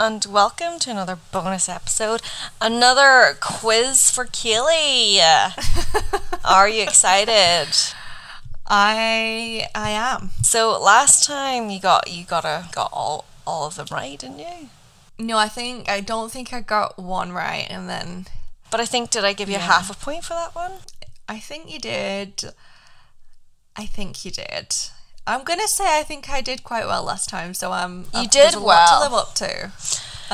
and welcome to another bonus episode, another quiz for Keely. Are you excited? I I am. So last time you got you got a got all all of them right, didn't you? No, I think I don't think I got one right, and then But I think did I give you half a point for that one? I think you did. I think you did. I'm gonna say I think I did quite well last time, so I'm. You I've- there's did a lot well. to live up to,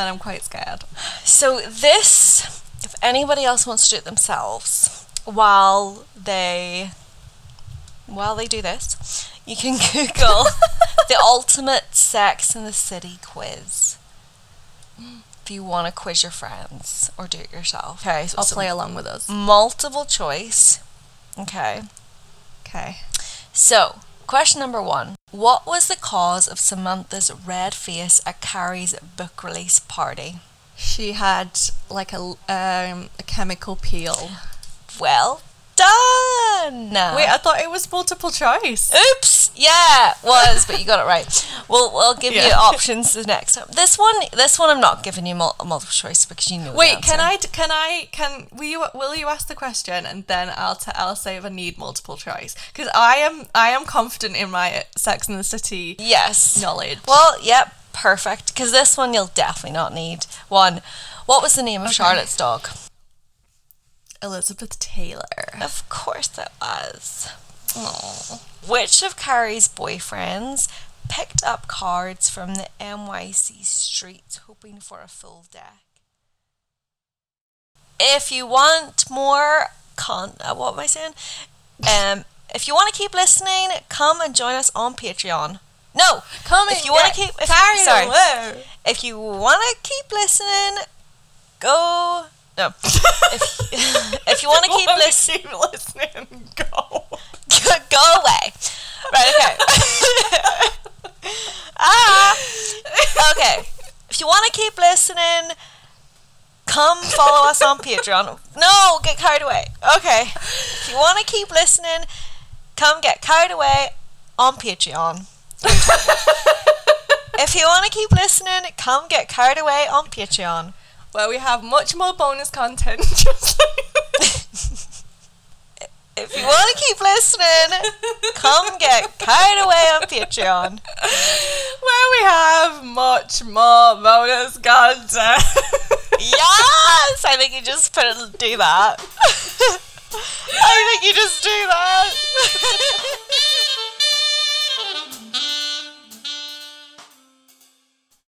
and I'm quite scared. So this, if anybody else wants to do it themselves, while they while they do this, you can Google the ultimate Sex in the City quiz. If you want to quiz your friends or do it yourself. Okay, so I'll it's play along with us. multiple choice. Okay. Okay. So, question number one What was the cause of Samantha's red face at Carrie's book release party? She had like a l- um, a chemical peel. Well done! Wait, I thought it was multiple choice. Oops! Yeah, it was, but you got it right. We'll, we'll give you Yeah. options the next time. This one, this one, I'm not giving you mul- multiple choice because you know. the Wait, can answer. I? d- Can I? Can will you? Will you ask the question and then I'll t- I'll say if I need multiple choice because I am I am confident in my Sex and the City Yes. knowledge. Well, yep, perfect. Because this one you'll definitely not need. One. What was the name of Charlotte's dog? Elizabeth Taylor. Of course it was. Which of Carrie's boyfriends picked up cards from the NYC streets hoping for a full deck? If you want more con, uh, what am I saying? Um, if you want to keep listening, come and join us on Patreon. No, Come If and you want to get keep, if, carried sorry, away. if you want to keep listening, go. No, if, if you want to keep listening. keep listening, go. go away. Right, okay. ah, okay. If you want to keep listening, come follow us on Patreon. No, get carried away. Okay. If you want to keep listening, come get carried away on Patreon. if you want to keep listening, come get carried away on Patreon. Where we have much more bonus content. Just If you want to keep listening, come get carried away on Patreon. where we have much more bonus content. yes! I think you just put do that. I think you just do that.